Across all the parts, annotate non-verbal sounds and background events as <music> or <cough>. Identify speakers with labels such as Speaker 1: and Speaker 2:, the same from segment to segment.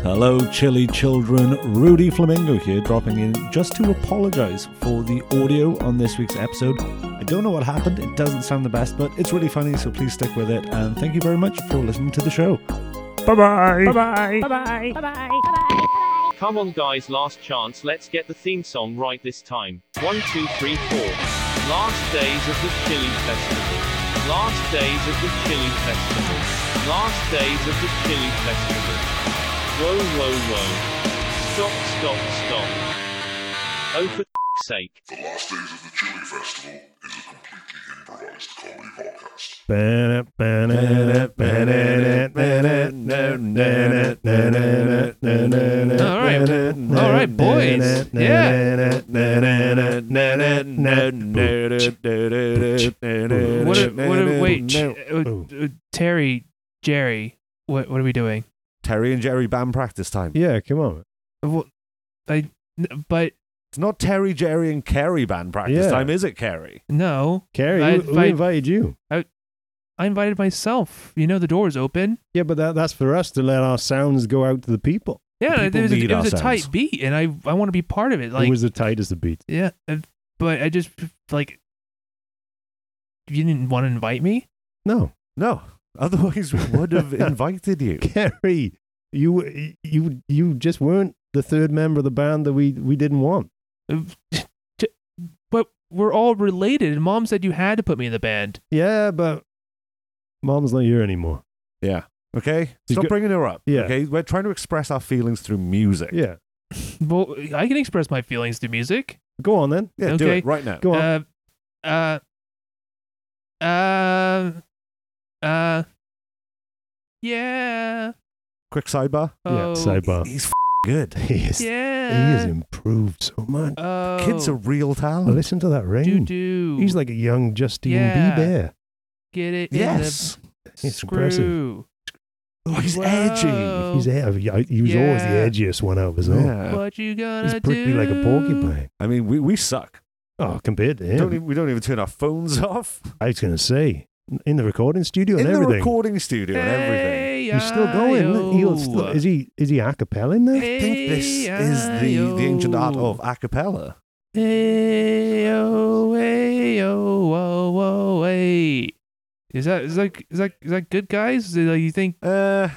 Speaker 1: Hello, chilly children. Rudy Flamingo here, dropping in just to apologize for the audio on this week's episode. I don't know what happened, it doesn't sound the best, but it's really funny, so please stick with it. And thank you very much for listening to the show. Bye bye. Bye bye.
Speaker 2: Come on, guys, last chance. Let's get the theme song right this time. One, two, three, four. Last days of the Chili Festival. Last days of the Chili Festival. Last days of the Chili Festival. Whoa, whoa, whoa. Stop, stop, stop. Oh, for sake.
Speaker 3: The Last Days of the Chili Festival is a completely improvised comedy podcast.
Speaker 4: All right, boys. Yeah. What? Are, what are, wait, ch-
Speaker 1: Oh.
Speaker 4: uh, uh, Terry, Jerry, what? What are we doing?
Speaker 5: Terry and Jerry band practice time.
Speaker 1: Yeah, come on.
Speaker 4: Wha- I, n- but
Speaker 5: It's not Terry, Jerry, and Kerry band practice
Speaker 1: Yeah.
Speaker 5: time, is it, Kerry?
Speaker 4: no,
Speaker 1: Carrie,
Speaker 4: I
Speaker 1: who, who
Speaker 4: invite-
Speaker 1: invited you?
Speaker 4: I invited myself. You know the door's open.
Speaker 1: Yeah, but that, that's for us to let our sounds go out to the people.
Speaker 4: Yeah,
Speaker 5: People
Speaker 4: it was, a,
Speaker 5: need
Speaker 4: it was a
Speaker 5: our
Speaker 4: tight
Speaker 5: sounds.
Speaker 4: beat, and I I want to be part of it. Like
Speaker 1: it was the tightest of beats.
Speaker 4: yeah, uh, but I just like you didn't want to invite me.
Speaker 1: No, <laughs>
Speaker 5: No. Otherwise, we would have invited you.
Speaker 1: Carrie, you you you just weren't the third member of the band that we we didn't want.
Speaker 4: Uh, t- But we're all related. and Mom said you had to put me in the band.
Speaker 1: Yeah, but mom's not here anymore.
Speaker 5: Yeah. Okay.
Speaker 1: You
Speaker 5: Stop
Speaker 1: go-
Speaker 5: bringing her up.
Speaker 1: Yeah.
Speaker 5: Okay. We're trying to express our feelings through music.
Speaker 1: Yeah,
Speaker 4: Well, I can express my feelings through music.
Speaker 1: go on then.
Speaker 5: Yeah, do
Speaker 4: Okay.
Speaker 5: it right now.
Speaker 1: Go on.
Speaker 4: Uh, uh, uh, uh, yeah.
Speaker 5: Quick sidebar.
Speaker 4: Oh,
Speaker 1: yeah, sidebar.
Speaker 5: He's f-
Speaker 1: <laughs>
Speaker 5: good.
Speaker 1: He is, he
Speaker 4: Yeah.
Speaker 1: has improved so much.
Speaker 4: Oh,
Speaker 5: Kids are real talent.
Speaker 1: Listen to that
Speaker 4: doo
Speaker 1: range.
Speaker 4: doo.
Speaker 1: He's like a young Justine
Speaker 4: Yeah.
Speaker 1: Bieber.
Speaker 4: get it.
Speaker 5: Yes.
Speaker 4: In the
Speaker 1: It's
Speaker 4: screw.
Speaker 1: impressive.
Speaker 5: Oh, he's edgy.
Speaker 4: Whoa.
Speaker 1: He's ed- he was always
Speaker 4: Oh, Yeah.
Speaker 1: the edgiest one out of his own.
Speaker 5: Yeah.
Speaker 4: What you gonna
Speaker 1: He's prickly
Speaker 4: do?
Speaker 1: like a porcupine.
Speaker 5: I mean, we, we suck.
Speaker 1: Oh, compared to him,
Speaker 5: Don't even, we don't even turn our phones <laughs> off.
Speaker 1: I was gonna say in the recording studio
Speaker 5: In
Speaker 1: and
Speaker 5: the
Speaker 1: everything.
Speaker 5: recording studio and everything.
Speaker 4: Hey,
Speaker 1: He's still going. He'll still, is he is he a cappella in there?
Speaker 5: I think this is the, the ancient art of a cappella.
Speaker 4: Ayo, ayo, oh, whoa, whoa, hey. Is that is that is that is that good, guys? Is it like you think
Speaker 5: Uh,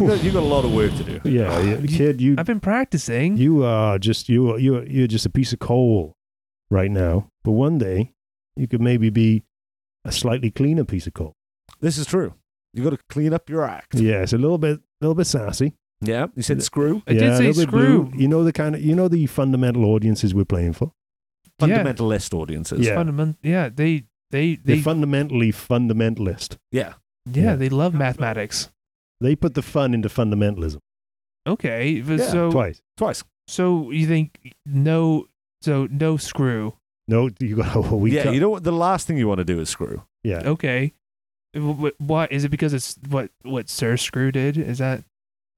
Speaker 5: you got, you got a lot of work to do.
Speaker 1: Yeah, yeah,
Speaker 4: <sighs>
Speaker 1: kid, you
Speaker 4: I've been practicing?
Speaker 1: you are just you are- you are- you're just a piece of coal right now. But one day you could maybe be a slightly cleaner piece of coal.
Speaker 5: This is true. You got to clean up your act.
Speaker 1: Yeah, it's a little bit little bit sassy.
Speaker 5: Yeah, you said screw.
Speaker 4: I
Speaker 1: yeah,
Speaker 4: did
Speaker 1: a
Speaker 4: say
Speaker 1: little bit
Speaker 4: screw.
Speaker 1: blue. You know the kind of you know the fundamental audiences we're playing for.
Speaker 5: Fundamentalist audiences.
Speaker 1: Yeah.
Speaker 4: Fundament- yeah, they they
Speaker 1: They're
Speaker 4: they
Speaker 1: fundamentally fundamentalist.
Speaker 5: Yeah.
Speaker 4: yeah,
Speaker 1: yeah.
Speaker 4: they love mathematics.
Speaker 1: They put the fun into fundamentalism
Speaker 4: Okay, but
Speaker 5: Yeah,
Speaker 4: so
Speaker 1: twice.
Speaker 5: Twice.
Speaker 4: so you think no so no screw.
Speaker 1: No, you got oh, we
Speaker 5: yeah,
Speaker 1: cut-
Speaker 5: you know what? The last thing you want to do is screw.
Speaker 1: yeah.
Speaker 4: Okay. Wh- wh- Why is it because it's what what Sir Screw did? Is that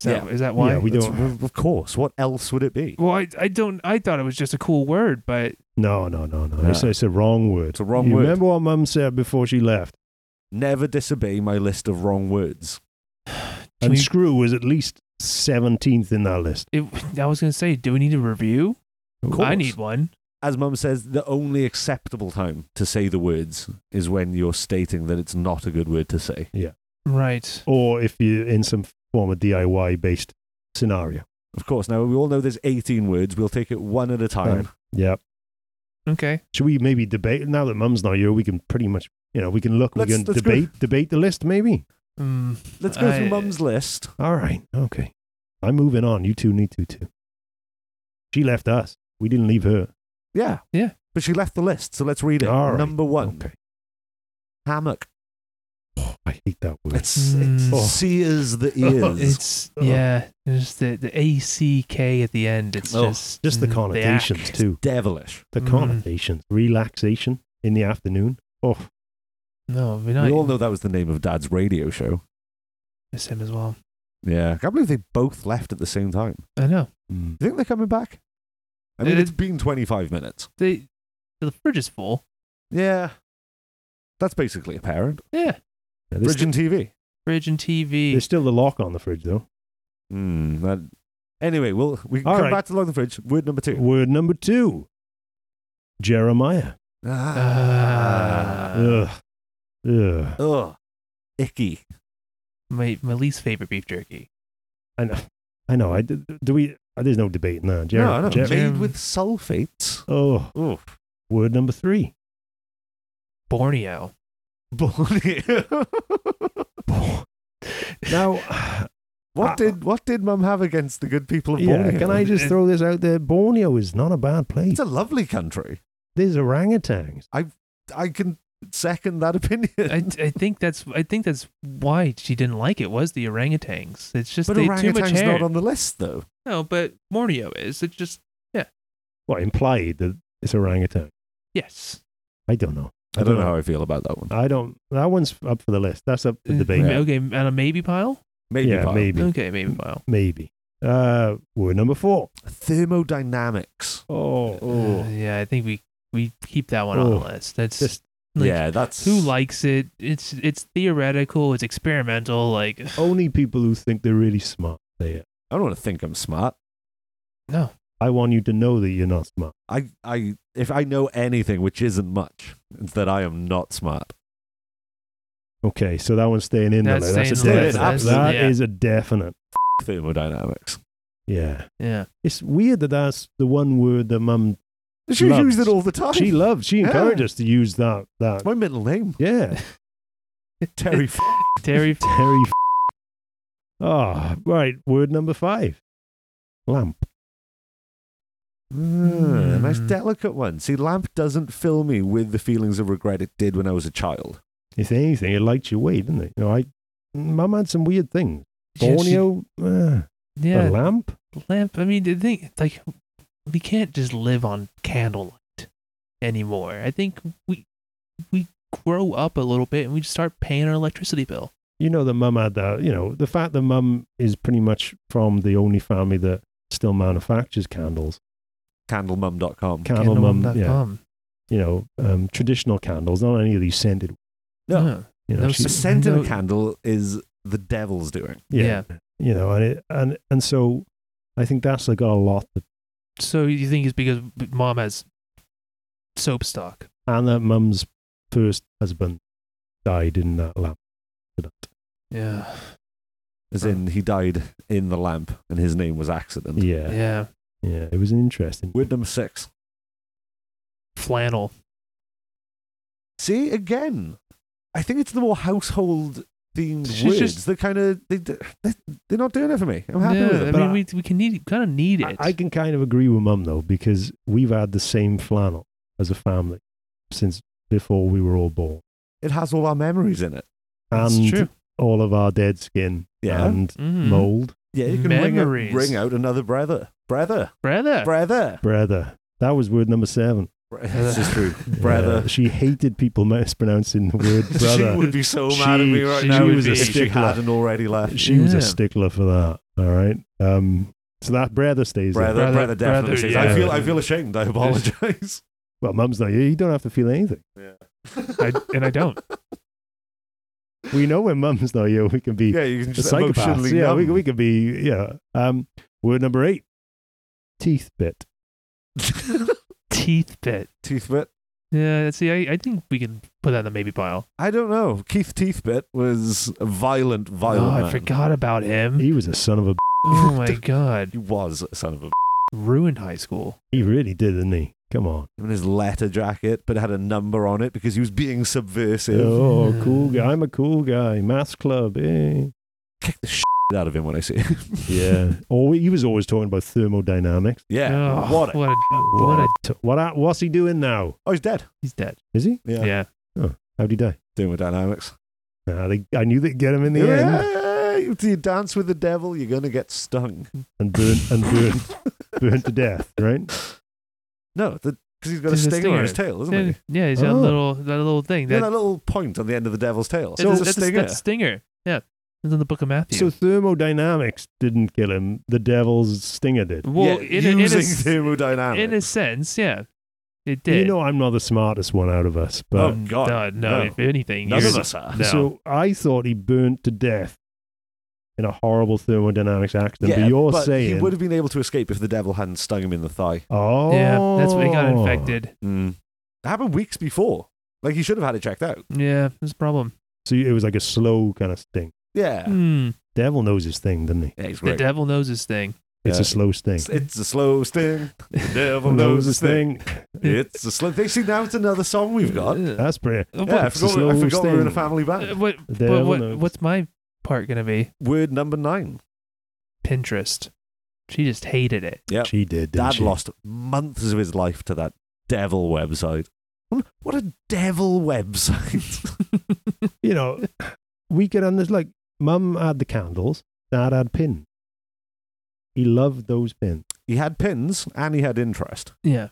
Speaker 4: is that, is that why?
Speaker 1: Yeah, we
Speaker 5: That's-
Speaker 1: don't.
Speaker 5: Of course. What else would it be?
Speaker 4: Well, I, I don't. I thought it was just a cool word, but
Speaker 1: No, no, no, no.
Speaker 5: No.
Speaker 1: It's, it's a wrong word.
Speaker 5: It's a wrong
Speaker 1: you
Speaker 5: word.
Speaker 1: Remember what Mum said before she left?
Speaker 5: Never disobey my list of wrong words.
Speaker 4: Can
Speaker 1: and
Speaker 4: we-
Speaker 1: screw was at least seventeenth in that list.
Speaker 4: it, I was gonna say, do we need a review?
Speaker 5: Of course.
Speaker 4: I need one.
Speaker 5: As Mum says, the only acceptable time to say the words is when you're stating that it's not a good word to say.
Speaker 4: Right.
Speaker 1: Or if you're in some form of DIY based scenario.
Speaker 5: Of course. Now, we all know there's 18 words. We'll take it one at a time.
Speaker 1: Fine. Yeah.
Speaker 4: Okay.
Speaker 1: Should we maybe debate now that Mum's not here? We can pretty much, you know, we can look.
Speaker 5: Let's-
Speaker 1: we can
Speaker 5: let's go-
Speaker 1: debate debate the list. Maybe.
Speaker 4: Mm,
Speaker 5: Let's go through
Speaker 4: I-
Speaker 5: Mum's list.
Speaker 1: All right. Okay. I'm moving on. You two need to too. She left us. We didn't leave her.
Speaker 5: Yeah.
Speaker 4: Yeah.
Speaker 5: But she left the list, so let's read it.
Speaker 1: All right.
Speaker 5: Number one,
Speaker 1: Okay. Oh,
Speaker 5: hammock.
Speaker 1: I hate that word.
Speaker 5: It's, it <laughs>
Speaker 4: Mm.
Speaker 5: sears the ears.
Speaker 4: It's
Speaker 1: Ugh.
Speaker 4: yeah. Just the the A C K at the end. It's
Speaker 5: Oh,
Speaker 4: just
Speaker 1: Just the
Speaker 4: mm,
Speaker 1: connotations
Speaker 4: act.
Speaker 1: too.
Speaker 5: Devilish.
Speaker 1: The
Speaker 4: Mm.
Speaker 1: connotations. Relaxation in the afternoon. Oh,
Speaker 4: No, we're
Speaker 5: We all
Speaker 4: not
Speaker 5: know that was the name of Dad's radio show.
Speaker 4: miss him as well.
Speaker 5: Yeah, I can't believe they both left at the same time.
Speaker 4: I know.
Speaker 5: Do you think they're coming back? I mean,
Speaker 4: Uh,
Speaker 5: it's been 25 minutes.
Speaker 4: They the fridge is full.
Speaker 5: Yeah. That's basically apparent.
Speaker 4: Yeah.
Speaker 1: Yeah, there's,
Speaker 5: Bridge
Speaker 1: still,
Speaker 5: and TV.
Speaker 4: Fridge and TV.
Speaker 1: there's still the lock on the fridge though.
Speaker 5: Mm, that Anyway, well, we can
Speaker 1: All
Speaker 5: come
Speaker 1: right.
Speaker 5: back to Log the Fridge. Word number two.
Speaker 1: Word number two Jeremiah.
Speaker 4: Uh,
Speaker 5: Ah.
Speaker 1: Ugh. Ugh.
Speaker 5: Ugh. Icky.
Speaker 4: My my least favorite beef jerky.
Speaker 1: I know. I know. I, do we? uh, There's no debate now. Jer-
Speaker 5: no, no,
Speaker 1: Jer-
Speaker 5: made with sulfates.
Speaker 1: oh,
Speaker 5: Oof.
Speaker 1: word number three.
Speaker 4: Borneo.
Speaker 1: <sighs> Now,
Speaker 5: what
Speaker 1: Ah.
Speaker 5: did what did Mum have against the good people of
Speaker 1: yeah,
Speaker 5: Borneo?
Speaker 1: can I just throw this out there? Borneo is not a bad place.
Speaker 5: It's a lovely country.
Speaker 1: There's orangutans.
Speaker 5: I can second that opinion.
Speaker 4: I, I think that's I think that's why she didn't like it was the orangutans. It's just
Speaker 5: but
Speaker 4: they had too much
Speaker 5: orangutan's
Speaker 4: hair.
Speaker 5: not on the list though.
Speaker 4: no, but Borneo is. It's just
Speaker 1: Well, implied that it's orangutan.
Speaker 4: yes.
Speaker 1: I don't know.
Speaker 5: I don't know how I feel about that one.
Speaker 1: I don't. That one's up for the list. That's up for debate.
Speaker 4: Uh, Okay, and a maybe pile.
Speaker 5: Maybe
Speaker 1: yeah,
Speaker 5: pile.
Speaker 1: maybe.
Speaker 4: Okay, maybe pile.
Speaker 1: Maybe. Uh, word number four.
Speaker 5: thermodynamics.
Speaker 1: Oh,
Speaker 4: Uh, yeah, I think we we keep that one on
Speaker 1: Oh.
Speaker 4: the list. That's
Speaker 1: Just-
Speaker 4: Like,
Speaker 5: yeah, that's
Speaker 4: who likes it. It's it's theoretical. It's experimental. Like
Speaker 1: only people who think they're really smart say it.
Speaker 5: I don't want to think I'm smart.
Speaker 4: no,
Speaker 1: I want you to know that you're not smart.
Speaker 5: I, I, if I know anything, which isn't much, it's that I am not smart.
Speaker 1: Okay, so that one's staying in.
Speaker 4: That's
Speaker 1: there. That's a
Speaker 4: staying
Speaker 5: in the
Speaker 1: definite.
Speaker 5: list. That's-
Speaker 1: That
Speaker 4: yeah.
Speaker 1: is a definite.
Speaker 5: Thermodynamics.
Speaker 1: Yeah.
Speaker 4: yeah.
Speaker 1: It's weird that that's the one word that mum
Speaker 5: She
Speaker 1: Loves.
Speaker 5: used it all the time.
Speaker 1: she loves. She
Speaker 5: Yeah.
Speaker 1: encouraged us to use that that.
Speaker 5: It's my middle name.
Speaker 1: Yeah.
Speaker 5: Terry. F-
Speaker 1: <laughs>
Speaker 4: Terry
Speaker 1: Terry. F- oh, right. Word number five. Lamp.
Speaker 5: Mm, a nice
Speaker 4: Mm.
Speaker 5: delicate one. See, lamp doesn't fill me with the feelings of regret it did when I was a child.
Speaker 1: If anything, it liked your weight, didn't it? You know, I mum had some weird things.
Speaker 4: Yeah, she-
Speaker 1: Borneo, uh,
Speaker 4: Yeah,
Speaker 1: a lamp.
Speaker 4: lamp. I mean, the thing like we can't just live on candlelight anymore. I think we we grow up a little bit and we just start paying our electricity bill.
Speaker 1: You know that mum had that. You know the fact that mum is pretty much from the only family that still manufactures candles.
Speaker 5: Candlemum.com.
Speaker 1: Candle mum, um, yeah.
Speaker 4: Candlemum.com.
Speaker 1: You know, um, traditional candles, not any of these scented.
Speaker 5: No.
Speaker 4: Huh.
Speaker 1: You know,
Speaker 4: No
Speaker 1: she-
Speaker 5: a scent in a
Speaker 4: No.
Speaker 5: candle is the devil's doing.
Speaker 1: yeah, You know, and it, and and so I think that's like got a lot. That,
Speaker 4: So you think it's because mom has soap stock?
Speaker 1: and that mum's first husband died in that lamp.
Speaker 4: Yeah.
Speaker 5: As in, he died in the lamp and his name was accident.
Speaker 1: Yeah, yeah.
Speaker 4: Yeah.
Speaker 1: It was an interesting.
Speaker 5: Word number six.
Speaker 4: Flannel.
Speaker 5: See, again, I think it's the more household themed
Speaker 4: She's
Speaker 5: words.
Speaker 4: just-
Speaker 5: They're kind of, Uh, they, d- they- they're not doing it for me. I'm happy
Speaker 4: yeah,
Speaker 5: with it.
Speaker 4: I
Speaker 1: but
Speaker 4: mean,
Speaker 1: I-
Speaker 4: we we can need kind of need
Speaker 1: I,
Speaker 4: it.
Speaker 1: I can kind of agree with mum though because we've had the same flannel as a family since before we were all born,
Speaker 5: It has all our memories in it.
Speaker 4: That's
Speaker 1: and
Speaker 4: true.
Speaker 1: all of our dead skin
Speaker 5: Yeah.
Speaker 1: and
Speaker 4: Mhm.
Speaker 1: mold,
Speaker 5: Yeah, you can ring out,
Speaker 4: Memories.
Speaker 5: ring out another brother. Brother.
Speaker 1: <laughs>
Speaker 4: brother.
Speaker 5: Brother.
Speaker 1: brother. That was word number seven.
Speaker 5: Br- This is true. Brother.
Speaker 1: Yeah, she hated people <laughs> mispronouncing the word
Speaker 5: <laughs> She
Speaker 1: brother.
Speaker 5: would be so mad at me
Speaker 1: She-
Speaker 5: right
Speaker 4: she
Speaker 5: now
Speaker 4: would
Speaker 5: if
Speaker 4: be.
Speaker 5: she
Speaker 1: Stickler.
Speaker 5: hadn't already left.
Speaker 1: she was
Speaker 4: Yeah.
Speaker 1: a stickler for that. All right. Um, so that brother stays there.
Speaker 5: Brother, brother,
Speaker 4: Brother,
Speaker 5: definitely.
Speaker 4: brother,
Speaker 5: says,
Speaker 1: yeah.
Speaker 5: I feel, I feel ashamed. I apologize.
Speaker 1: Well, mum's not. You don't have to feel anything.
Speaker 4: I, and I don't.
Speaker 1: We know when mum's not here, we can be
Speaker 5: <laughs> yeah, you can
Speaker 1: the
Speaker 5: just
Speaker 1: psychopaths.
Speaker 5: emotionally
Speaker 1: Yeah, we,
Speaker 5: numb.
Speaker 1: we can be. Yeah. Um, word number eight teeth bit.
Speaker 5: <laughs>
Speaker 4: Teeth bit.
Speaker 5: Teethbit.
Speaker 4: Yeah. See, I, I think we can put that in the maybe pile.
Speaker 5: I don't know. Keith Teethbit was a violent,
Speaker 4: Oh,
Speaker 5: violent man.
Speaker 4: I forgot about
Speaker 5: <laughs>
Speaker 4: him.
Speaker 1: He was a son of a. b-
Speaker 4: Oh my god,
Speaker 5: He was a son of a.
Speaker 4: ruined high school.
Speaker 1: He really did, didn't he? Come on.
Speaker 5: And his letter jacket, but it had a number on it because he was being subversive.
Speaker 1: Oh,
Speaker 4: Yeah.
Speaker 1: cool guy. I'm a cool guy. Maths club. Eh.
Speaker 5: Kick the shit out of him when I see him. <laughs>
Speaker 1: Yeah. oh, he was always talking about thermodynamics.
Speaker 5: yeah.
Speaker 4: Oh,
Speaker 5: what? A, <laughs>
Speaker 4: what? A, what? A,
Speaker 1: What? what a- what's he doing now?
Speaker 5: oh, he's dead.
Speaker 4: he's dead.
Speaker 1: Is he?
Speaker 5: Yeah.
Speaker 4: Yeah.
Speaker 1: How'd he die?
Speaker 5: Doing with dynamics.
Speaker 1: Nah, they, I knew they'd get him in the end
Speaker 5: Yeah. You you dance with the devil, you're gonna get stung.
Speaker 1: and burn and
Speaker 5: <laughs>
Speaker 1: burn burn to death, right?
Speaker 5: No, because he's got
Speaker 4: There's
Speaker 5: a
Speaker 4: a
Speaker 5: stinger on
Speaker 4: stinger.
Speaker 5: his tail, isn't
Speaker 4: Yeah,
Speaker 5: he?
Speaker 4: yeah, he's got a
Speaker 1: Oh.
Speaker 4: little that little thing.
Speaker 5: Yeah,
Speaker 4: That,
Speaker 5: that little point on the end of the devil's tail.
Speaker 4: that's,
Speaker 5: So it's a
Speaker 4: that's- that's
Speaker 5: stinger.
Speaker 4: stinger. Yeah, it's in the Book of Matthew.
Speaker 1: So thermodynamics didn't kill him. The devil's stinger did.
Speaker 4: well,
Speaker 5: yeah,
Speaker 4: in, a, in, a,
Speaker 5: using
Speaker 4: s-
Speaker 5: thermodynamics.
Speaker 4: in a sense, yeah, it did.
Speaker 1: You know, I'm not the smartest one out of us,
Speaker 5: oh
Speaker 1: but
Speaker 5: god,
Speaker 4: no, no,
Speaker 5: no.
Speaker 4: If anything,
Speaker 5: none
Speaker 4: you're
Speaker 5: of
Speaker 4: the-
Speaker 5: us are.
Speaker 4: No.
Speaker 1: so I thought he burnt to death in a horrible thermodynamics accident.
Speaker 5: Yeah,
Speaker 1: but you're
Speaker 5: but
Speaker 1: saying,
Speaker 5: he would have been able to escape if the devil hadn't stung him in the thigh.
Speaker 1: oh,
Speaker 4: Yeah, that's when he got infected.
Speaker 1: Hmm.
Speaker 5: Mm. It happened weeks before. Like he should have had it checked out.
Speaker 4: Yeah, that's a problem.
Speaker 1: So it was like a slow kind of sting.
Speaker 5: Yeah,
Speaker 4: Hmm.
Speaker 1: Devil knows his thing, doesn't he?
Speaker 5: Yeah, it's
Speaker 4: the
Speaker 5: great.
Speaker 4: devil knows his thing.
Speaker 1: It's
Speaker 5: Yeah.
Speaker 1: a slow sting.
Speaker 5: It's, it's a slow sting.
Speaker 1: <laughs>
Speaker 5: The devil
Speaker 1: Devil
Speaker 5: knows his thing.
Speaker 1: thing.
Speaker 5: It's a slow. They see now it's another song we've got.
Speaker 4: Uh,
Speaker 1: That's pretty.
Speaker 4: uh,
Speaker 5: Yeah, I
Speaker 4: what-
Speaker 1: It's a
Speaker 5: forgot, I
Speaker 1: slow
Speaker 5: forgot we were in a
Speaker 1: sting.
Speaker 5: family
Speaker 4: uh,
Speaker 5: band.
Speaker 4: what,
Speaker 1: The
Speaker 4: but
Speaker 1: devil
Speaker 4: what,
Speaker 1: knows.
Speaker 4: what's my part gonna be?
Speaker 5: Word number nine.
Speaker 4: Pinterest. She just hated it. <laughs>
Speaker 5: Yeah,
Speaker 1: She did. Didn't
Speaker 5: Dad
Speaker 1: she?
Speaker 5: lost months of his life to that devil website. What a devil <laughs> website!
Speaker 1: You know, we get on this like mum had the candles, dad had pins. He loved those pins
Speaker 5: he had pins and he had interest.
Speaker 4: Yeah,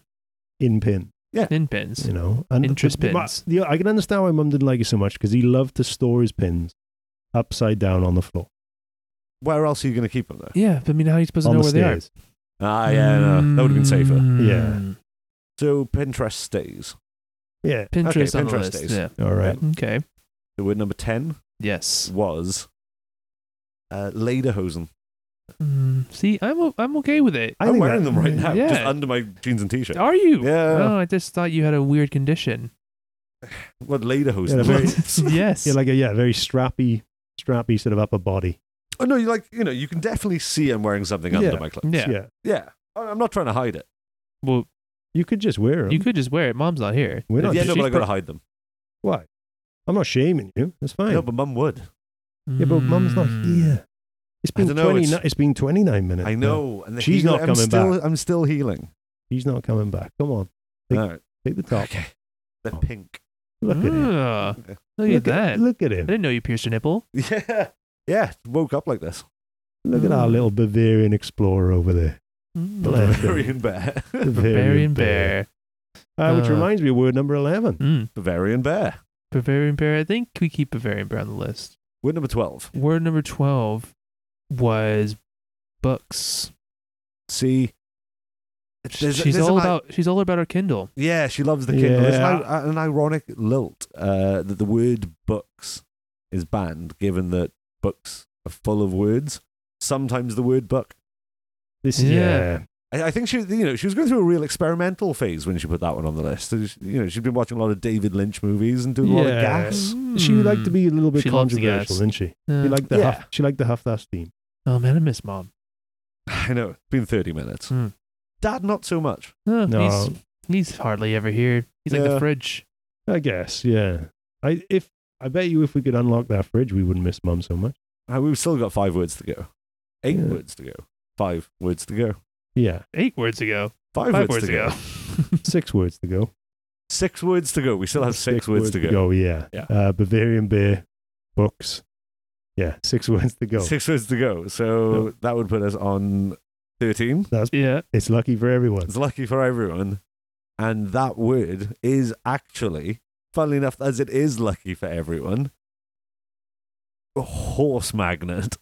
Speaker 1: in pin.
Speaker 4: in pins.
Speaker 1: You know, and
Speaker 4: Interest
Speaker 1: but- but
Speaker 4: pins.
Speaker 1: the- I can understand why mum didn't like it so much because he loved to store his pins upside down on the floor,
Speaker 5: Where else are you going to keep him though?
Speaker 4: Yeah, but I mean, how are Hmm. you supposed to
Speaker 1: on
Speaker 4: know
Speaker 1: the
Speaker 4: where
Speaker 1: stairs.
Speaker 5: Ah,
Speaker 4: they are?
Speaker 5: yeah, no, that would have been safer.
Speaker 1: Yeah.
Speaker 5: Mm. So Pinterest stays.
Speaker 1: Yeah.
Speaker 4: Pinterest
Speaker 5: Okay,
Speaker 4: on the
Speaker 5: Pinterest
Speaker 4: list.
Speaker 5: stays.
Speaker 4: Yeah.
Speaker 1: All right.
Speaker 4: Okay.
Speaker 5: The word number ten
Speaker 4: Yes.
Speaker 5: was uh, lederhosen.
Speaker 4: Mm, see, I'm o- I'm okay with it.
Speaker 1: I
Speaker 5: I'm
Speaker 1: think
Speaker 5: wearing
Speaker 1: that-
Speaker 5: them right now, just
Speaker 4: Yeah.
Speaker 5: under my jeans and t-shirt.
Speaker 4: Are you?
Speaker 5: Yeah.
Speaker 4: Oh, I just thought you had a
Speaker 1: <laughs>
Speaker 4: weird condition.
Speaker 5: What
Speaker 1: Yeah,
Speaker 5: lederhosen?
Speaker 1: very-
Speaker 4: <laughs> yes.
Speaker 1: Yeah, like a yeah, very strappy, strappy sort of upper body.
Speaker 5: <laughs> oh no, you like you know, you can definitely see I'm wearing something under
Speaker 1: Yeah.
Speaker 5: my clothes.
Speaker 4: yeah.
Speaker 5: Yeah. I- I'm not trying to hide it.
Speaker 4: Well,
Speaker 1: You could just wear them.
Speaker 4: you could just wear it. Mom's not here.
Speaker 1: We're not-
Speaker 5: yeah,
Speaker 4: She's
Speaker 5: no, but I
Speaker 4: pro-
Speaker 5: gotta hide them.
Speaker 1: Why? I'm not shaming you. That's fine.
Speaker 5: No, but Mum would.
Speaker 1: yeah, but mum's not
Speaker 4: Mm.
Speaker 1: here. It's
Speaker 5: I
Speaker 1: been
Speaker 5: dunno,
Speaker 1: twenty.
Speaker 5: it's-
Speaker 1: it's been twenty nine minutes.
Speaker 5: I know. And the
Speaker 1: She's
Speaker 5: healing-
Speaker 1: not
Speaker 5: I'm
Speaker 1: coming
Speaker 5: still, I'm still healing.
Speaker 1: now. He's not coming back. Come on, Like-
Speaker 5: All right.
Speaker 1: take the top.
Speaker 5: Okay. They're pink.
Speaker 1: Look at him.
Speaker 4: Ah, Look, at
Speaker 1: Look
Speaker 4: that.
Speaker 1: at, look at
Speaker 4: I
Speaker 1: him.
Speaker 4: didn't know you pierced your nipple.
Speaker 5: <laughs> Yeah. Yeah. Woke up like this.
Speaker 1: Look at our little Bavarian explorer over there.
Speaker 4: Mm.
Speaker 1: Bless. <laughs>
Speaker 5: Bavarian <laughs> bear.
Speaker 4: Bavarian bear.
Speaker 1: Uh, which
Speaker 4: Uh.
Speaker 1: reminds me of word number 11.
Speaker 4: Mm.
Speaker 5: Bavarian bear.
Speaker 4: Bavarian bear. I think we keep Bavarian bear on the list.
Speaker 5: Word number 12.
Speaker 4: Word number 12 was books.
Speaker 5: See. There's a-
Speaker 4: she's
Speaker 5: there's
Speaker 4: all
Speaker 5: an i-
Speaker 4: about she's all about her Kindle.
Speaker 5: Yeah, she loves the Kindle. There's
Speaker 1: Yeah.
Speaker 5: an, i- an ironic lilt uh, that the word books is banned, given that books are full of words. Sometimes the word book.
Speaker 1: This
Speaker 4: Yeah.
Speaker 1: yeah.
Speaker 5: I, I think she, you know, she was going through a real experimental phase when she put that one on the list. So she, you know, she'd been watching a lot of David Lynch movies and doing a lot of
Speaker 1: Yeah.
Speaker 5: gas.
Speaker 1: She would like to be a little bit
Speaker 4: She loves the
Speaker 1: controversial,
Speaker 4: gas.
Speaker 1: didn't she?
Speaker 4: Uh,
Speaker 1: She liked the
Speaker 5: Yeah.
Speaker 1: huff, she liked the huff that steam.
Speaker 4: oh man, I miss mom.
Speaker 5: I know, it's been thirty minutes.
Speaker 4: Hmm.
Speaker 5: Dad, not so much.
Speaker 4: Uh,
Speaker 1: No,
Speaker 4: he's, he's hardly ever here. He's like
Speaker 5: Yeah.
Speaker 4: the fridge.
Speaker 1: I guess, yeah. I if I bet you if we could unlock that fridge, we wouldn't miss mum so much.
Speaker 5: Uh, we've still got five words to go, eight
Speaker 1: Yeah.
Speaker 5: words to go, five words to go,
Speaker 1: Yeah,
Speaker 4: Eight words ago.
Speaker 5: five,
Speaker 4: Five
Speaker 5: words, to go.
Speaker 1: six <laughs> words to go.
Speaker 5: six words to go. We still have six, words, to go.
Speaker 1: yeah.
Speaker 5: Yeah.
Speaker 1: Uh, Bavarian beer, books. Yeah, six <laughs> words to go.
Speaker 5: Six words to go. So that would put us on thirteen.
Speaker 4: <laughs> yeah.
Speaker 1: It's lucky for everyone.
Speaker 5: It's lucky for everyone, and that word is actually, funnily enough, as it is lucky for everyone, a horse magnet.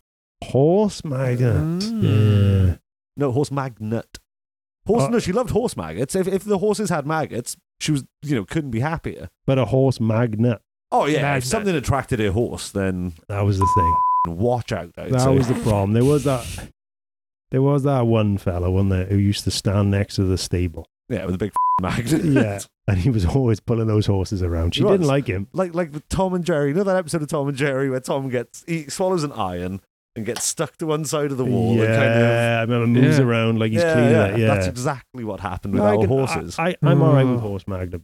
Speaker 1: Horse maggot.
Speaker 4: Mm.
Speaker 1: Yeah.
Speaker 5: No, horse magnet. Horse.
Speaker 1: Uh,
Speaker 5: no, she loved horse maggots. If if the horses had maggots, she was you know couldn't be happier.
Speaker 1: But a horse magnet.
Speaker 5: Oh yeah,
Speaker 4: Magnet.
Speaker 5: if something attracted her horse, then <laughs>
Speaker 1: That was the thing.
Speaker 5: watch out. I'd
Speaker 1: that
Speaker 5: say.
Speaker 1: was the problem. There was that. There was that one fella, one there who used to stand next to the stable.
Speaker 5: <laughs> yeah with a big <laughs> magnet.
Speaker 1: Yeah, <laughs> and he was always pulling those horses around. She
Speaker 5: He was.
Speaker 1: didn't like him.
Speaker 5: <laughs> like like the Tom and Jerry. You know that episode of Tom and Jerry where Tom gets he swallows an iron and gets stuck to one side of the wall.
Speaker 1: yeah,
Speaker 5: and kind of,
Speaker 1: I remember moves
Speaker 4: Yeah.
Speaker 1: around like he's
Speaker 5: yeah,
Speaker 1: cleaning
Speaker 5: yeah,
Speaker 1: it. Yeah,
Speaker 5: that's exactly what happened with
Speaker 1: No, I
Speaker 5: our
Speaker 1: can-
Speaker 5: horses.
Speaker 1: I, I, am all right with
Speaker 4: Mm.
Speaker 1: horse magnet.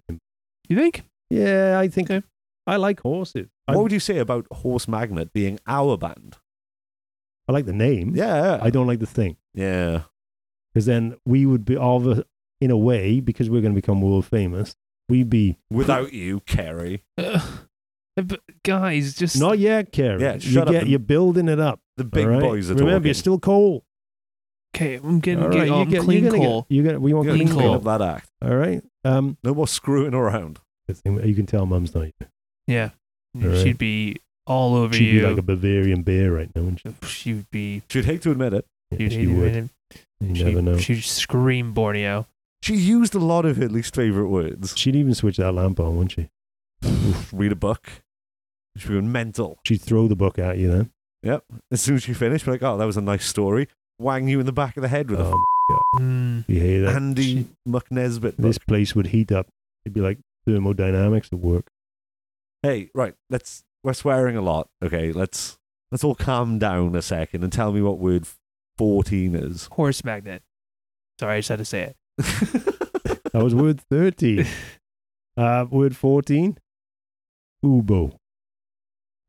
Speaker 4: You think?
Speaker 1: Yeah, I think
Speaker 4: Okay.
Speaker 1: I like horses. I,
Speaker 5: what would you say about horse magnet being our band?
Speaker 1: I like the name.
Speaker 5: Yeah,
Speaker 1: I don't like the thing.
Speaker 5: Yeah,
Speaker 1: because then we would be all the, in a way because we're going to become world famous we'd be
Speaker 5: without you, Kerry.
Speaker 4: Ugh. Uh, But guys, just
Speaker 1: not yet Karen
Speaker 5: Yeah,
Speaker 1: you
Speaker 5: shut up
Speaker 1: get,
Speaker 5: and-
Speaker 1: you're building it up
Speaker 5: The big
Speaker 1: all right?
Speaker 5: boys are
Speaker 1: remember
Speaker 5: talking.
Speaker 1: you're still coal
Speaker 4: okay. I'm getting,
Speaker 1: All
Speaker 4: getting
Speaker 1: right,
Speaker 4: all
Speaker 1: you get,
Speaker 4: clean
Speaker 1: you're gonna
Speaker 4: coal.
Speaker 1: get, you're gonna, we want
Speaker 5: You're gonna
Speaker 1: clean
Speaker 5: clean
Speaker 1: coal
Speaker 5: up that act.
Speaker 1: all right um,
Speaker 5: No more screwing around.
Speaker 1: good thing- you can tell mum's not here.
Speaker 4: yeah,
Speaker 1: All right.
Speaker 4: she'd be all over
Speaker 1: she'd
Speaker 4: you. um,
Speaker 1: be like a Bavarian beer right now wouldn't
Speaker 4: she'd be.
Speaker 5: She'd hate to admit it.
Speaker 1: she,
Speaker 4: She'd,
Speaker 1: she would you
Speaker 4: She'd,
Speaker 1: never know
Speaker 4: she'd scream Borneo.
Speaker 5: She used a lot of her least favorite words.
Speaker 1: she'd even switch that lamp on wouldn't she
Speaker 5: Read a book. She went mental.
Speaker 1: she'd throw the book at you then
Speaker 5: Yep. As soon as you finish, we're like, oh, that was a nice story. Wang you in the back of the head with
Speaker 1: Oh,
Speaker 4: Mm.
Speaker 1: you hear
Speaker 5: a
Speaker 1: that?
Speaker 5: f- Andy McNesbitt.
Speaker 1: this
Speaker 5: book.
Speaker 1: place would heat up. It'd be like thermodynamics at work.
Speaker 5: Hey, right. Let's. We're swearing a lot. Okay. Let's let's all calm down a second and tell me what word
Speaker 1: <laughs>
Speaker 5: fourteen is.
Speaker 4: Horse magnet. Sorry, I just had to say it.
Speaker 1: That was word
Speaker 4: <laughs>
Speaker 1: 13. uh, word 14, Ubo.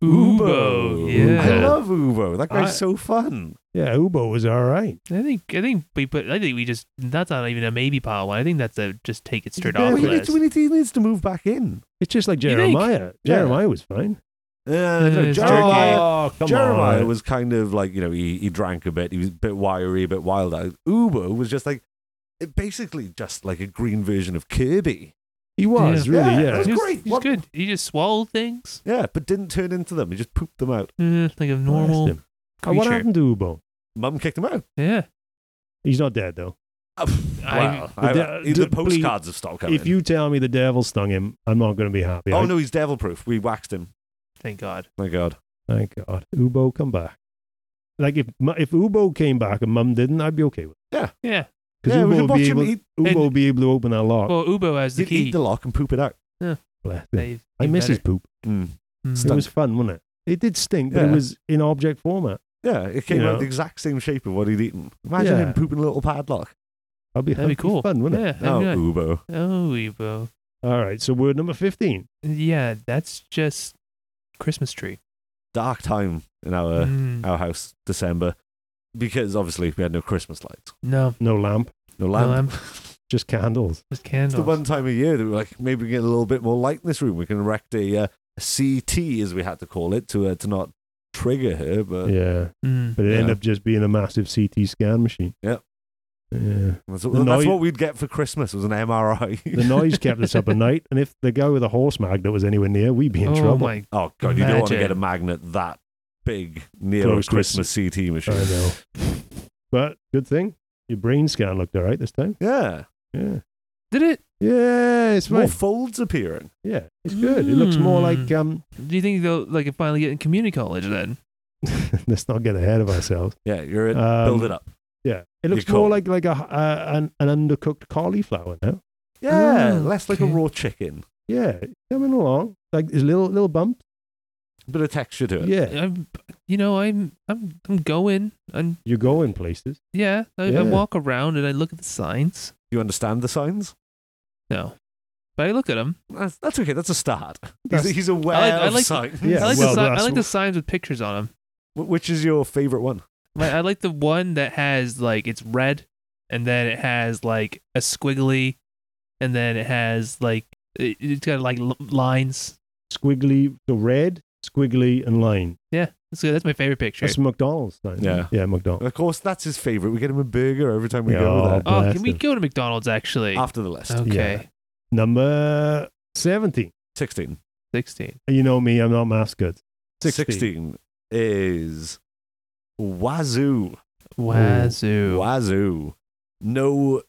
Speaker 4: Ubo.
Speaker 5: I
Speaker 4: Yeah.
Speaker 5: love Ubo. That guy's
Speaker 1: I-
Speaker 5: so fun.
Speaker 1: Yeah, Ubo was all right.
Speaker 4: I think I think we put I think we just that's not even a maybe pile one. I think that's a just take it straight
Speaker 5: Yeah,
Speaker 4: off
Speaker 5: we
Speaker 4: the
Speaker 5: need,
Speaker 4: list.
Speaker 5: to- we need to- he needs to move back in.
Speaker 1: It's just like
Speaker 4: You think?
Speaker 1: Jeremiah.
Speaker 5: Yeah.
Speaker 1: Jeremiah was fine. Oh,
Speaker 5: Uh, no,
Speaker 4: it's
Speaker 5: Jeremiah,
Speaker 1: come
Speaker 5: Jeremiah
Speaker 1: on.
Speaker 5: was kind of like, you know, he, he drank a bit. He was a bit wiry, a bit wild eyed. Ubo was just like, it basically just like a green version of Kirby.
Speaker 1: He was,
Speaker 4: Yeah.
Speaker 1: really,
Speaker 5: Yeah,
Speaker 1: yeah.
Speaker 5: That's
Speaker 4: He was-
Speaker 5: great.
Speaker 4: he was
Speaker 5: What-
Speaker 4: good. He just swallowed things
Speaker 5: Yeah, but didn't turn into them. He just pooped them out.
Speaker 4: uh, like a normal
Speaker 1: Bless him. Uh,
Speaker 4: creature.
Speaker 1: What happened to Ubo?
Speaker 5: Mum kicked him out.
Speaker 4: Yeah.
Speaker 1: He's not dead, though.
Speaker 4: I-
Speaker 5: wow. I-
Speaker 1: the-
Speaker 5: the,
Speaker 1: the-
Speaker 5: postcards have stopped coming.
Speaker 1: If you tell me the devil stung him, I'm not going to be happy.
Speaker 5: oh,
Speaker 1: I-
Speaker 5: no, he's devil proof. We waxed him.
Speaker 4: Thank God.
Speaker 5: Thank God.
Speaker 1: Thank God. Ubo, come back. Like, if mu- if Ubo came back and Mum didn't, I'd be okay with
Speaker 4: Yeah.
Speaker 1: it. Because
Speaker 5: Yeah,
Speaker 1: Ubo
Speaker 5: we could
Speaker 1: would
Speaker 5: watch
Speaker 1: be
Speaker 5: him
Speaker 1: able,
Speaker 5: eat,
Speaker 1: Ubo
Speaker 4: and-
Speaker 1: would be able to open that lock.
Speaker 4: Well, Ubo has the
Speaker 5: he'd eat
Speaker 4: key.
Speaker 5: the lock and poop it out.
Speaker 1: Bless him.
Speaker 4: They-
Speaker 1: I
Speaker 4: they
Speaker 1: miss his <laughs>
Speaker 4: better-
Speaker 1: poop.
Speaker 5: Mm.
Speaker 4: Mm.
Speaker 1: It
Speaker 5: Stunk.
Speaker 1: was fun, wasn't it? It did stink, but
Speaker 5: Yeah.
Speaker 1: it was in object format.
Speaker 5: Yeah, it came
Speaker 1: You
Speaker 5: out
Speaker 1: know?
Speaker 5: the exact same shape of what he'd eaten. Imagine
Speaker 1: Yeah.
Speaker 5: him pooping a little padlock.
Speaker 1: That'd be,
Speaker 4: That'd be cool.
Speaker 1: fun, wouldn't it?
Speaker 4: yeah.
Speaker 5: oh,
Speaker 4: that'd be
Speaker 5: Ubo.
Speaker 4: nice. Oh, Ubo.
Speaker 1: All right, so word number 15.
Speaker 4: Yeah, that's just Christmas tree.
Speaker 5: Dark time in our uh,
Speaker 4: Mm.
Speaker 5: our house December because obviously we had no Christmas lights,
Speaker 4: No,
Speaker 1: No lamp,
Speaker 5: no
Speaker 4: no
Speaker 5: lamp.
Speaker 4: lamp,
Speaker 1: just candles.
Speaker 4: just
Speaker 5: It's the
Speaker 4: candles.
Speaker 5: one time of year that we were like, maybe we get a little bit more light in this room. We can erect a, uh, a CT, as we had to call it, to uh, to not trigger her. But
Speaker 1: yeah,
Speaker 4: Mm.
Speaker 1: but it ended
Speaker 5: Uh, yeah.
Speaker 1: up just being a massive CT scan machine.
Speaker 5: Yep.
Speaker 1: Yeah.
Speaker 5: that's,
Speaker 1: The
Speaker 5: that's
Speaker 1: noi-
Speaker 5: what we'd get for Christmas was an MRI.
Speaker 1: The noise kept us up at night, and if the guy with the horse magnet was anywhere near, we'd be in
Speaker 4: oh
Speaker 1: trouble.
Speaker 4: my!
Speaker 5: <laughs> oh god, you don't want to
Speaker 4: Imagine.
Speaker 5: get a magnet that big near
Speaker 1: Close
Speaker 5: a
Speaker 1: to
Speaker 5: Christmas CT
Speaker 1: I
Speaker 5: machine.
Speaker 1: know. But good thing your brain scan looked all right this time.
Speaker 5: Yeah,
Speaker 1: Yeah.
Speaker 4: Did it?
Speaker 1: Yeah, it's
Speaker 5: more
Speaker 1: fine.
Speaker 5: folds appearing.
Speaker 1: Yeah, it's good. It looks more
Speaker 4: Mm.
Speaker 1: like um. <laughs>
Speaker 4: Do you think they'll like finally get in community college then?
Speaker 1: let's not get ahead of ourselves.
Speaker 5: Yeah, you're in.
Speaker 1: Um,
Speaker 5: build it up.
Speaker 1: Yeah, it looks
Speaker 5: You're
Speaker 1: more
Speaker 5: cold.
Speaker 1: like like a uh, an, an undercooked cauliflower now.
Speaker 5: Yeah,
Speaker 4: oh,
Speaker 5: less like a
Speaker 4: okay.
Speaker 5: raw chicken,
Speaker 1: Yeah, coming along. Like there's little little bump.
Speaker 5: bit of texture to it.
Speaker 1: Yeah,
Speaker 4: I'm, you know, I'm, I'm, I'm going. And
Speaker 1: you're going places.
Speaker 4: yeah, I,
Speaker 1: Yeah.
Speaker 4: I walk around and I look at the signs.
Speaker 5: You understand the signs?
Speaker 4: No, but I look at them.
Speaker 5: That's, that's okay. That's a start. He's,
Speaker 1: That's-
Speaker 5: he's aware
Speaker 4: I like- I
Speaker 5: of
Speaker 4: like-
Speaker 5: signs.
Speaker 1: Yeah,
Speaker 4: I like
Speaker 1: well,
Speaker 4: the si- I
Speaker 1: that's-
Speaker 4: like the signs with pictures on them.
Speaker 5: Wh- Which is your favorite one?
Speaker 4: Like, I like the one that has like it's red, and then it has like a squiggly, and then it has like it, it's got like l- lines.
Speaker 1: Squiggly, the red, squiggly, and line.
Speaker 4: Yeah, that's good. That's my favorite picture.
Speaker 1: That's McDonald's. Sign.
Speaker 5: Yeah.
Speaker 1: yeah, McDonald's.
Speaker 5: Of course, that's his favorite. We get him a burger every time we
Speaker 1: Yeah.
Speaker 5: go there.
Speaker 4: Oh, can
Speaker 1: Blast
Speaker 4: we
Speaker 1: him.
Speaker 4: go to McDonald's actually?
Speaker 5: After the list,
Speaker 4: Okay,
Speaker 1: Number seventeen.
Speaker 5: sixteen.
Speaker 4: sixteen.
Speaker 1: You know me, I'm not mass good.
Speaker 5: 16. is wazoo.
Speaker 4: Wazoo.
Speaker 5: Wazoo. No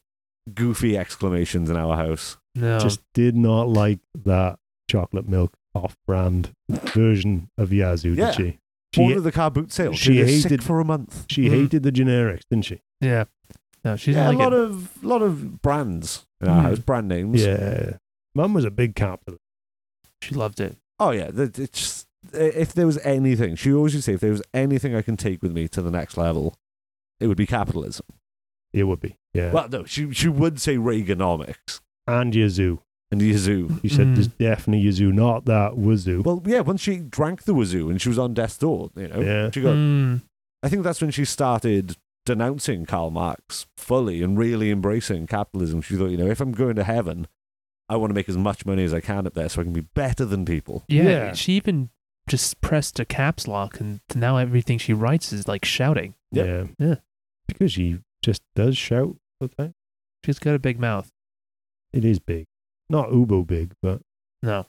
Speaker 5: goofy exclamations in our house.
Speaker 4: No.
Speaker 1: Just did not like that chocolate milk off-brand version of Yazoo.
Speaker 5: Yeah.
Speaker 1: Did she?
Speaker 5: Order Mm-hmm.
Speaker 1: She
Speaker 5: the car boot sale.
Speaker 1: she
Speaker 5: She was sick
Speaker 1: hated-
Speaker 5: for a month.
Speaker 1: she
Speaker 4: Mm.
Speaker 1: hated the generics, didn't she?
Speaker 4: yeah. No, she
Speaker 5: Yeah,
Speaker 4: didn't
Speaker 5: a
Speaker 4: like
Speaker 5: lot
Speaker 4: it.
Speaker 5: of lot of brands in our
Speaker 4: Hmm.
Speaker 5: house, brand names.
Speaker 1: Yeah. Mum was a big capitalist.
Speaker 4: she loved it.
Speaker 5: Oh yeah, the- it's just if there was anything, she always used to say, if there was anything I can take with me to the next level, it would be capitalism.
Speaker 1: It would be. Yeah.
Speaker 5: Well, no, she she would say Reaganomics
Speaker 1: and Yazoo.
Speaker 5: and Yazoo.
Speaker 1: You said
Speaker 4: Mm.
Speaker 1: there's definitely Yazoo, not that Wazoo.
Speaker 5: Well, yeah, once she drank the Wazoo and she was on death's door, you know,
Speaker 1: Yeah.
Speaker 5: she got.
Speaker 4: Mm.
Speaker 5: I think that's when she started denouncing Karl Marx fully and really embracing capitalism. She thought, you know, if I'm going to heaven, I want to make as much money as I can up there so I can be better than people.
Speaker 4: Yeah,
Speaker 1: Yeah.
Speaker 4: She even just pressed a caps lock, and now everything she writes is like shouting.
Speaker 5: Yep.
Speaker 1: Yeah.
Speaker 4: Yeah.
Speaker 1: Because she just does shout all the time.
Speaker 4: She's got a big mouth.
Speaker 1: It is big. Not Ubo big,
Speaker 5: <laughs>
Speaker 1: but
Speaker 4: No.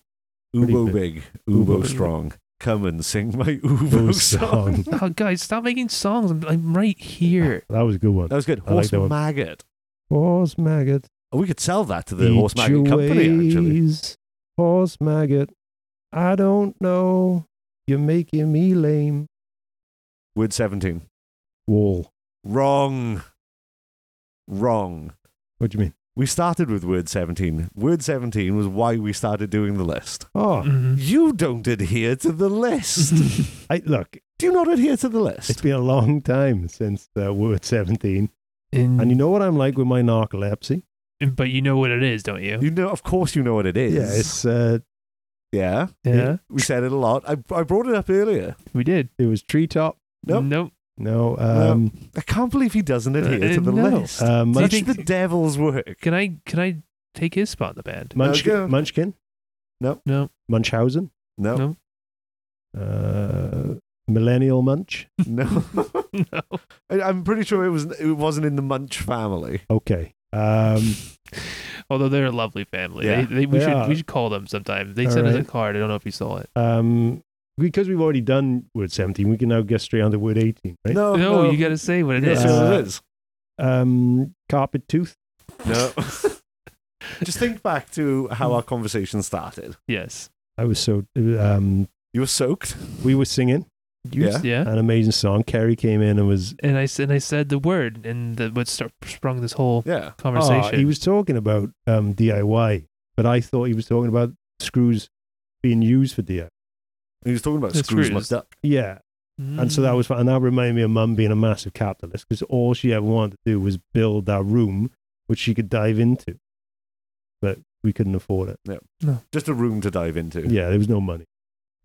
Speaker 1: Pretty
Speaker 5: Ubo big,
Speaker 1: big.
Speaker 5: Ubo,
Speaker 1: Ubo-
Speaker 5: strong. Come and sing my <laughs> Ubo song.
Speaker 4: Oh, guys, stop making songs. I'm, I'm right here.
Speaker 1: That was a good one.
Speaker 5: That was good.
Speaker 1: I like
Speaker 5: Horse
Speaker 1: that one.
Speaker 5: maggot.
Speaker 1: Horse maggot.
Speaker 5: Oh, we could sell that to the
Speaker 1: eat
Speaker 5: horse maggot
Speaker 1: your
Speaker 5: company, actually.
Speaker 1: ways, Horse maggot. I don't know. You're making me lame.
Speaker 5: Word 17.
Speaker 1: Wall.
Speaker 5: Wrong. Wrong.
Speaker 1: What do you mean?
Speaker 5: We started with word 17. Word 17 was why we started doing the list.
Speaker 4: <laughs>
Speaker 1: Oh,
Speaker 5: <laughs>
Speaker 4: Mhm.
Speaker 5: You don't adhere to
Speaker 1: <laughs>
Speaker 5: the list.
Speaker 1: I, look,
Speaker 5: Do you not adhere to the
Speaker 1: it's
Speaker 5: list?
Speaker 1: been a long time since uh, word 17.
Speaker 4: And-
Speaker 1: And you know what I'm like with my narcolepsy?
Speaker 4: but you know what it is, don't you?
Speaker 5: You know, of course, you know what it is.
Speaker 1: Yeah, it's, uh,
Speaker 5: Yeah.
Speaker 4: Yeah,
Speaker 5: We said it a lot. I, I brought it up earlier.
Speaker 4: we did.
Speaker 1: it was treetop.
Speaker 5: Nope.
Speaker 4: Nope.
Speaker 1: No, um,
Speaker 5: I can't believe he doesn't adhere
Speaker 4: Uh,
Speaker 5: to the
Speaker 4: no.
Speaker 5: list.
Speaker 1: uh,
Speaker 4: Do you
Speaker 5: Much
Speaker 1: munch,
Speaker 4: think-
Speaker 5: the devil's
Speaker 1: <laughs>
Speaker 5: work.
Speaker 4: Can I can I take his spot in the band? <laughs>
Speaker 1: munch,
Speaker 5: Okay.
Speaker 1: Munchkin,
Speaker 4: No.
Speaker 1: Munchausen,
Speaker 5: No,
Speaker 4: No.
Speaker 5: no.
Speaker 1: uh, Millennial Munch.
Speaker 4: no.
Speaker 5: <laughs> I, I'm pretty sure it was it wasn't in the Munch family.
Speaker 1: Okay. Um,
Speaker 4: Although they're a lovely family.
Speaker 5: Yeah.
Speaker 4: They, they, we
Speaker 1: They
Speaker 4: should
Speaker 1: are.
Speaker 4: we should call them sometime. They
Speaker 1: All
Speaker 4: sent us
Speaker 1: right.
Speaker 4: a card. I don't know if you saw it.
Speaker 1: um, because we've already done word 17, we can now get straight on to word 18, right?
Speaker 5: No,
Speaker 4: no,
Speaker 5: Oh, no,
Speaker 4: you got to say what it
Speaker 5: That's
Speaker 4: is.
Speaker 1: Uh,
Speaker 5: what it is.
Speaker 1: Um, carpet tooth.
Speaker 5: No. <laughs> Just think back to how our conversation started.
Speaker 4: yes.
Speaker 1: I was so, um,
Speaker 5: You were soaked.
Speaker 1: we were singing
Speaker 4: You-
Speaker 5: Yeah.
Speaker 4: yeah.
Speaker 1: an amazing song. Carrie came in and was
Speaker 4: And I s- and I said the word, and the, what start, sprung this whole
Speaker 5: Yeah.
Speaker 4: conversation.
Speaker 1: Oh, he was talking about um, DIY, but I thought he was talking about screws being used for DIY.
Speaker 5: He was talking about
Speaker 4: The
Speaker 5: screws,
Speaker 4: screws.
Speaker 5: my duck.
Speaker 1: Yeah,
Speaker 4: Mm.
Speaker 1: and so that was fun. And that reminded me of mum being a massive capitalist because all she ever wanted to do was build that room which she could dive into, but we couldn't afford it.
Speaker 5: Just a room to dive into.
Speaker 1: Yeah, there was no money.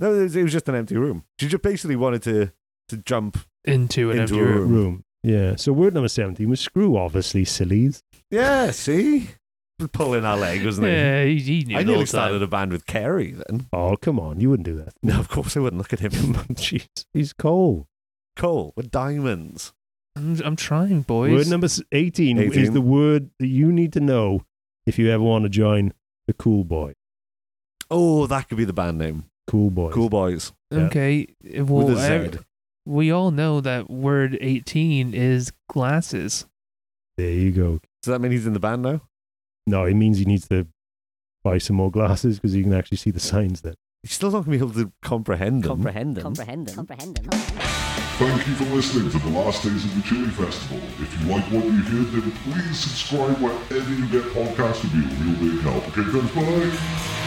Speaker 5: No, it was, it was just an empty room. She just basically wanted to to jump.
Speaker 4: into an
Speaker 5: into
Speaker 4: empty
Speaker 5: a
Speaker 4: room.
Speaker 5: room.
Speaker 1: Room. Yeah. So word number seventeen was screw, obviously, sillies.
Speaker 5: Yeah. See, pulling our leg, wasn't it?
Speaker 4: Yeah, he, he knew
Speaker 5: I
Speaker 4: the whole
Speaker 5: nearly
Speaker 4: time.
Speaker 5: started a band with Kerry then.
Speaker 1: Oh, come on, you wouldn't do that. <laughs>
Speaker 5: No, of course I wouldn't look at him. <laughs>
Speaker 1: Jeez, he's coal.
Speaker 5: Coal with diamonds.
Speaker 4: I'm, I'm trying, boys.
Speaker 1: Word number s- 18,
Speaker 5: 18.
Speaker 1: is the word that you need to know if you ever want to join the Cool Boy.
Speaker 5: Oh, that could be the band name.
Speaker 1: Cool Boy.
Speaker 5: Cool Boys.
Speaker 1: yeah.
Speaker 4: okay. Well,
Speaker 5: with a Z.
Speaker 4: I- we all know that word 18 is glasses.
Speaker 1: There you go.
Speaker 5: Does that mean he's in the band now?
Speaker 1: No, it means he needs to buy some more glasses because he can actually see the signs then.
Speaker 5: He's still not going to be able to comprehend them.
Speaker 6: Comprehend them. Comprehend them.
Speaker 3: Thank you for listening to the last days of the Chili Festival. If you like what you heard, then please subscribe wherever you get podcasts to be a real big help. Okay, thanks, bye.